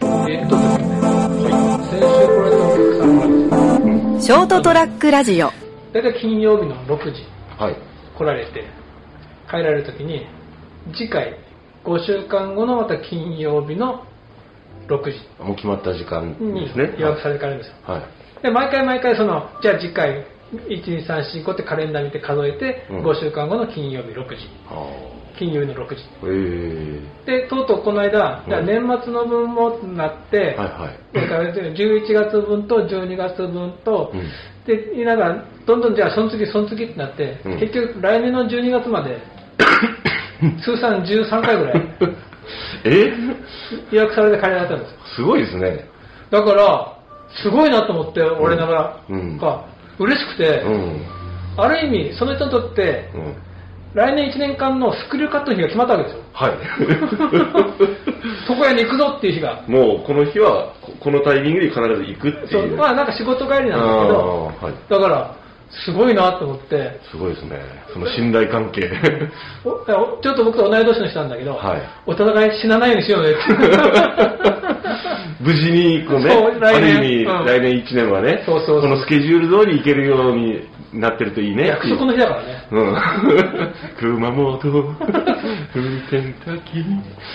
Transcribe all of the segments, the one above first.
えっとですね、はい、先週来られたお客さんがですねショートトラックラジオ大体金曜日の6時はい。来られて、帰られるときに、次回、5週間後のまた金曜日の6時もう決まった時間にですね。予約されてからるんですよ。はい。で毎回毎回そのじゃあ次回12345ってカレンダー見て数えて、うん5週間後の金曜日6時ああ。金曜日の6時ええでとうとうこの間、うんじゃあ年末の分もなって、はいはい。 だから11月分と12月分と、うんで言いながらどんどんじゃあその次その次ってなって、うん結局来年の12月ま で通算13回ぐらいえ予約されてカレンダーだったんですよすごいですね。だからすごいなと思って俺ながら、うんが嬉しくて、うん。ある意味、その人にとって、うん。来年1年間のスクリューカットの日が決まったわけですよ。はい。床屋に行くぞっていう日が。 もうこの日は、ここのタイミングで必ず行くってそいうう。まあなんか仕事帰りなんですけど、あーはい。だから、すごいなと思って、すごいですね。その信頼関係。 おおちょっと僕と同い年の人なんだけど、はいお互い死なないようにしよう ねって。無事に、こうね、そう来あ年る意味、うん来年1年はね、そうそうそうこのスケジュール通り行けるようになってるといいねって約いう。束の日だからね。うん。熊本、運転先。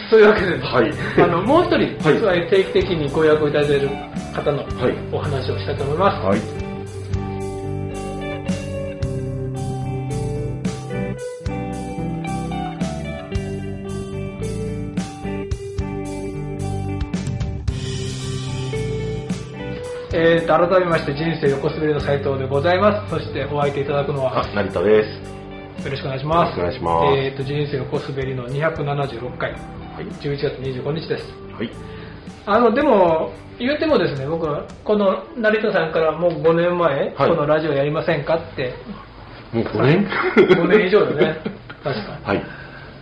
というわけで、ねはいあのもう一人、はい実は定期的にご予約をいただいている方のはいお話をしたいと思います。はい。えー、と改めまして人生横滑りの斉藤でございますそしてお相手いただくのはあ、成田です。よろしくお願いしますよろしくお願いしますえー、と人生横滑りの276回、い11月25日ですはい。あのでも言うてもですね僕この成田さんからもう5年前、はいこのラジオやりませんかってもう5年5年以上だね確かはい。に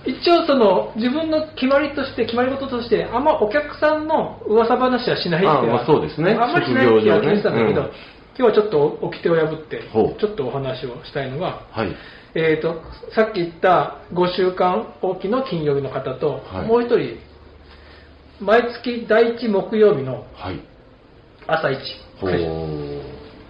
一応その自分の決まりとして決まり事としてあんまお客さんの噂話はしないっていあまあそうですねあんまりしないってやってたんだけど、職業上ねうん今日はちょっと掟を破ってほうちょっとお話をしたいのがはい。えー、とさっき言った5週間おきの金曜日の方と、はいもう一人毎月第1木曜日のはい。朝1ほう。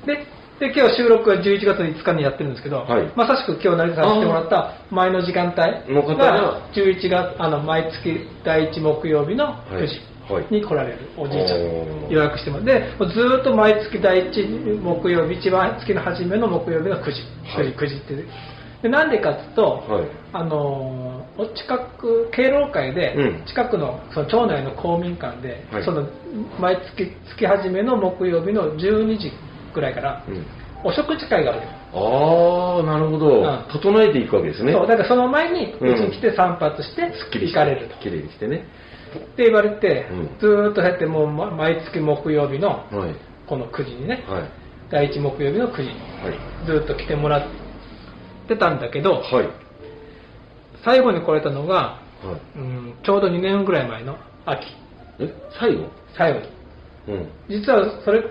でで今日収録は11月5日にやってるんですけど、はいまさしく今日成田さんにしてもらった前の時間帯の方が11月あの毎月第1木曜日の9はい時に来られるおじいちゃん、おー予約してもらってでもうずーっと毎月第1木曜日一番月の初めの木曜日の9時は9い時9時ってでなんでかっていうと、はい。あのーお近く敬老会で、うん近くのその町内の公民館で、はいその毎月月始めの木曜日の12時ぐらいから、うんお食事会があるんですああ、なるほど、うん整えていくわけですね。そうだからその前にううんちに来て散髪してすっき行りしてかれると、きれいにしてね。って言われて、うんずーっとそうやってもうま毎月木曜日のはい。この9時にね、はい。第1木曜日の9時にはい。ずーっと来てもらってたんだけど、はい。最後に来れたのが、はい。うん、ちょうど2年ぐらい前の秋え、最後最後にうん。実はそれ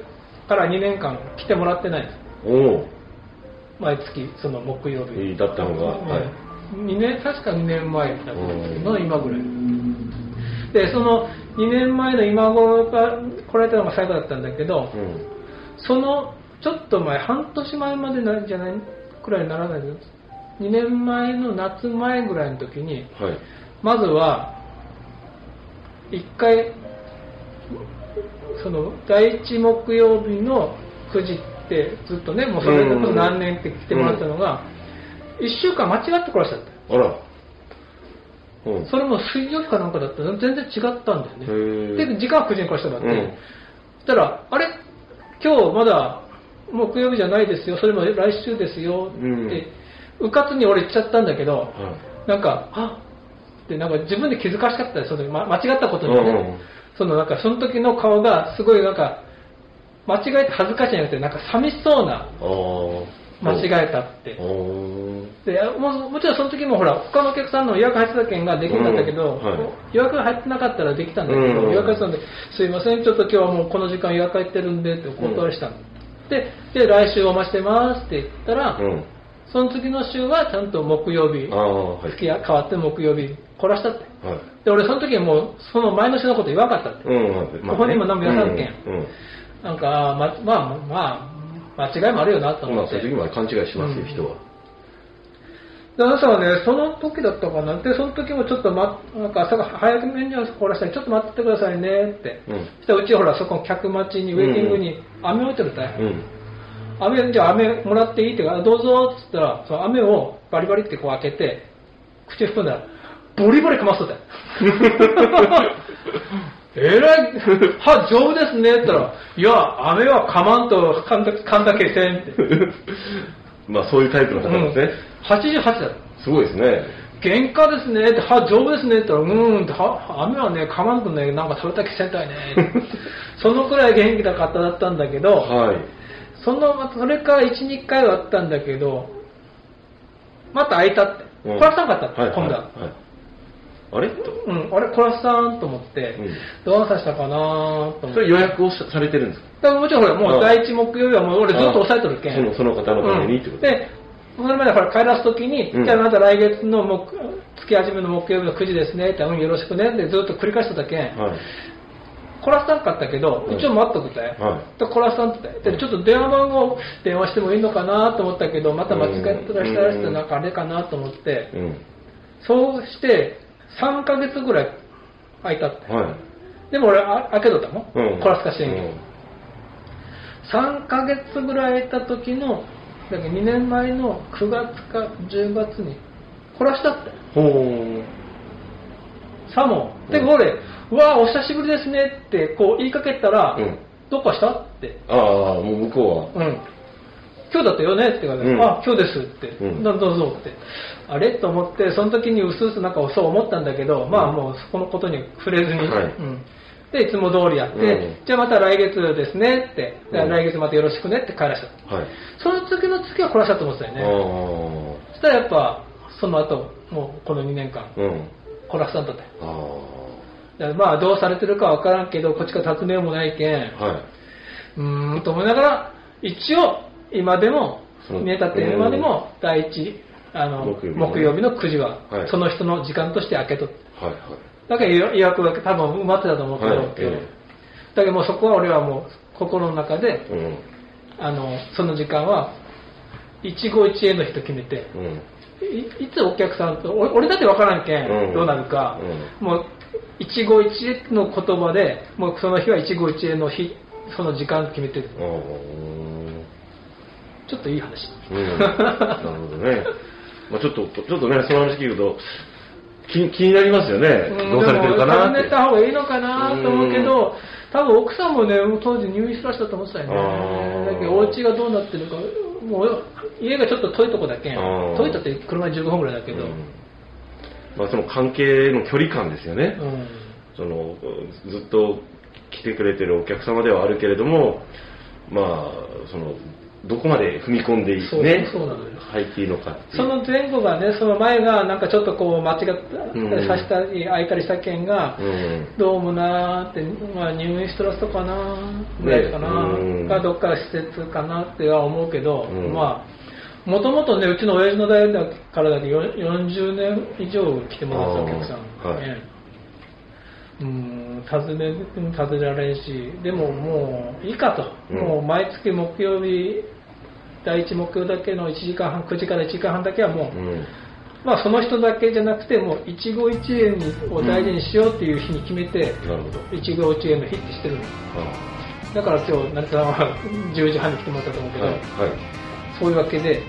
から2年間来てもらってないんですおお。毎月その木曜日だったのがはい2年確か2年前だったんですけうどん今ぐらいでその2年前の今頃が来られたのが最後だったんだけど、うん。そのちょっと前半年前までなんじゃないくらいにならないです2年前の夏前ぐらいの時にはい。まずは1回その第1木曜日の9時ってずっとねもうそれでこそ何年って来てもらったのが1週間間違ってこらしちゃったあら。うん。それも水曜日かなんかだったの全然違ったんだよへねーで時間は9時に来らしたんだって、うんそしたらあれ今日まだ木曜日じゃないですよそれも来週ですよって、うかつに俺言っちゃったんだけど、はい。なんか、あってなんか自分で気づかしかったですその、ま、間違ったことにね、うんうんそのなんかその時の顔がすごいなんか、間違えて恥ずかしいんじゃなくて、なんか寂しそうなああ。間え違えたって。おーでもうもちろんその時もほら、他のお客さんの予約入ってた件ができたんだけど、うんはい予約が入ってなかったらできたんだけど、うんう予ん約入ってたんで、すいません、ちょっと今日はもうこの時間予約入ってるんでってお断りしたの。でで、来週お待ちしてますって言ったら、うん。その次の週はちゃんと木曜日、ああ、はい。月が変わって木曜日、来らしたって。はい。でで、俺その時はもう、その前の人のこと言わなかったって。うん、ここにも何もやらんけんうん。なんか、ま、まあ、まあ、間違いもあるよなとうん思まあ、っそうて。いう時で、まで勘違いしますよ、人は。あなたはね、その時だったかな。で、その時もちょっとま、なんか朝が早めにこらしたり、ちょっと待っててくださいねって。うん。そしたらうちほら、そこの客待ちに、ウェイティングに、飴置いてるタイプ。うん。飴、じゃあ飴もらっていいって言うから、どうぞって言ったら、その飴をバリバリってこう開けて、口含んだら、ボリボリかますとったよ。 えらい、歯丈夫ですねって言ったら、いや、飴はかまんと噛んだ噛んだけせんって。まあ、そういうタイプの方なんですね。 88だよ。すごいですね。原価ですねって、歯丈夫ですねって言ったら、うーんって、歯飴はね、噛まんとね、なんか食べた気せんたいねって。そのくらい元気な方だったんだけど、はい。そのそれから1、2回はあったんだけど、また開いたって、うコラスさんかったって、はい今度は。はいはいあれと。うん、あれ、コラスさんと思って、うんどうさせたかなと思っそて。れ予約をさされてるんですかだからもちろんほら、もう第一木曜日はもう俺ずっと押さえとるけん。そのその方のためにってことうんで、それまでほら帰らすときに、うんじゃあまた来月の木月始めの木曜日の9時ですねって、うん、よろしくねってずっと繰り返しとったけん、はい。コラスさんかったけど、うん一応待っとくぜ。はで、コラスさんって言って、ちょっと電話番号電話してもいいのかなと思ったけど、また間違ってたらしたらして、うんなんかあれかなと思ってい。、うん。そうして、3ヶ月ぐらい空いたって。はでも俺、あ開けとったも、い。うんん。コラス化してんけど。うん3ヶ月ぐらい空いた時のだから2年前の9月か10月に殺したってほー。サモンでうん俺、うわあお久しぶりですねってこう言いかけたら、うんどっかしたってああ、もう向こうん今日だったよねって言われて、うんあ今日ですって、うんどどうぞってあれと思ってその時にうすうすなんかそう思ったんだけど、まあもうそこのことに触れずに、はいうんでいつも通りやって、うんじゃあまた来月ですねって、じゃあうん来月またよろしくねって帰らしたは。はい。その次の月は殺したと思ってたよあね。そしたらやっぱ、その後、もうこの2年間、あ。うん。殺したんだって。あだからまあ、どうされてるかわからんけど、こっちから尋ねようもないけんあ。、はい。うーんと思いながら、一応、今でも、そう見えたって今でも、第一、あの、木曜日ね木曜日の9時はは、いその人の時間として開けとって。はいはい。だから予約が多分埋まってたと思うけど、はい今日だけどもうそこは俺はもう、心の中で、うん。あの、その時間は、一期一会の日と決めて、うん。いいつお客さんと俺俺だって分からんけん、うんどうなるか、もう一期一会の言葉でもうその日は一期一会の日その時間決めてるあーちょっといい話 うん。なるほどね。まあちょっと、ちょっとね、その話聞くと、気気になりますよね。んどうされてるかなっでもて。尋ねた方がいいのかなと思うけど、多分奥さんもね当時入院してらっしゃったと思ってたよねあーだけどお家がどうなってるかもう家がちょっと遠いとこだけんあー遠いとって車で15分ぐらいだけど、ううんんまあその関係の距離感ですよね。そのずっと来てくれてるお客様ではあるけれども、まあ、そのどこまで踏み込んでいそうい、ね、そうなのよ入っていいのかっていそうの前後がね、その前がなんかちょっとこう間違った、うんさしたり、開いたりした件がう、ん、どうもなーって、まあ、入院してらっしゃったかなーぐらいかなねうんー、がどっか施設かなっては思うけど、うんまあ、もともとね、うちの親父の代からだけよ40年以上来てもらってたお客さあーん、はいねうん、尋ねても尋ねられんし、でももういいかと、うんもう毎月木曜日、第1木曜だけの1時間半、9時から1時間半だけはもう、うんまあ、その人だけじゃなくて、もう一期一会を大事にしようっていう日に決めて、なるほど一期一会の日ってしてるの。あだから今日、成田さんは10時半に来てもらったと思うけはいど、はいそういうわけで、なる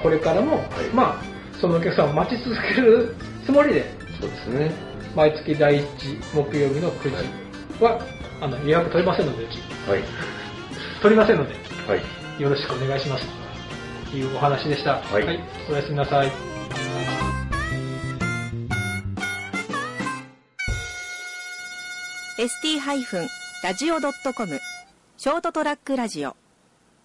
これからも、いまあ、そのお客さんを待ち続けるつもりで、ほどそうですね毎月第1木曜日の9時は、あの予約取りませんので、うち。はい取りませんので、はいよろしくお願いします。というお話でした。はいはい、おやすみなさい。 ST-radio.com ショートトラックラジオ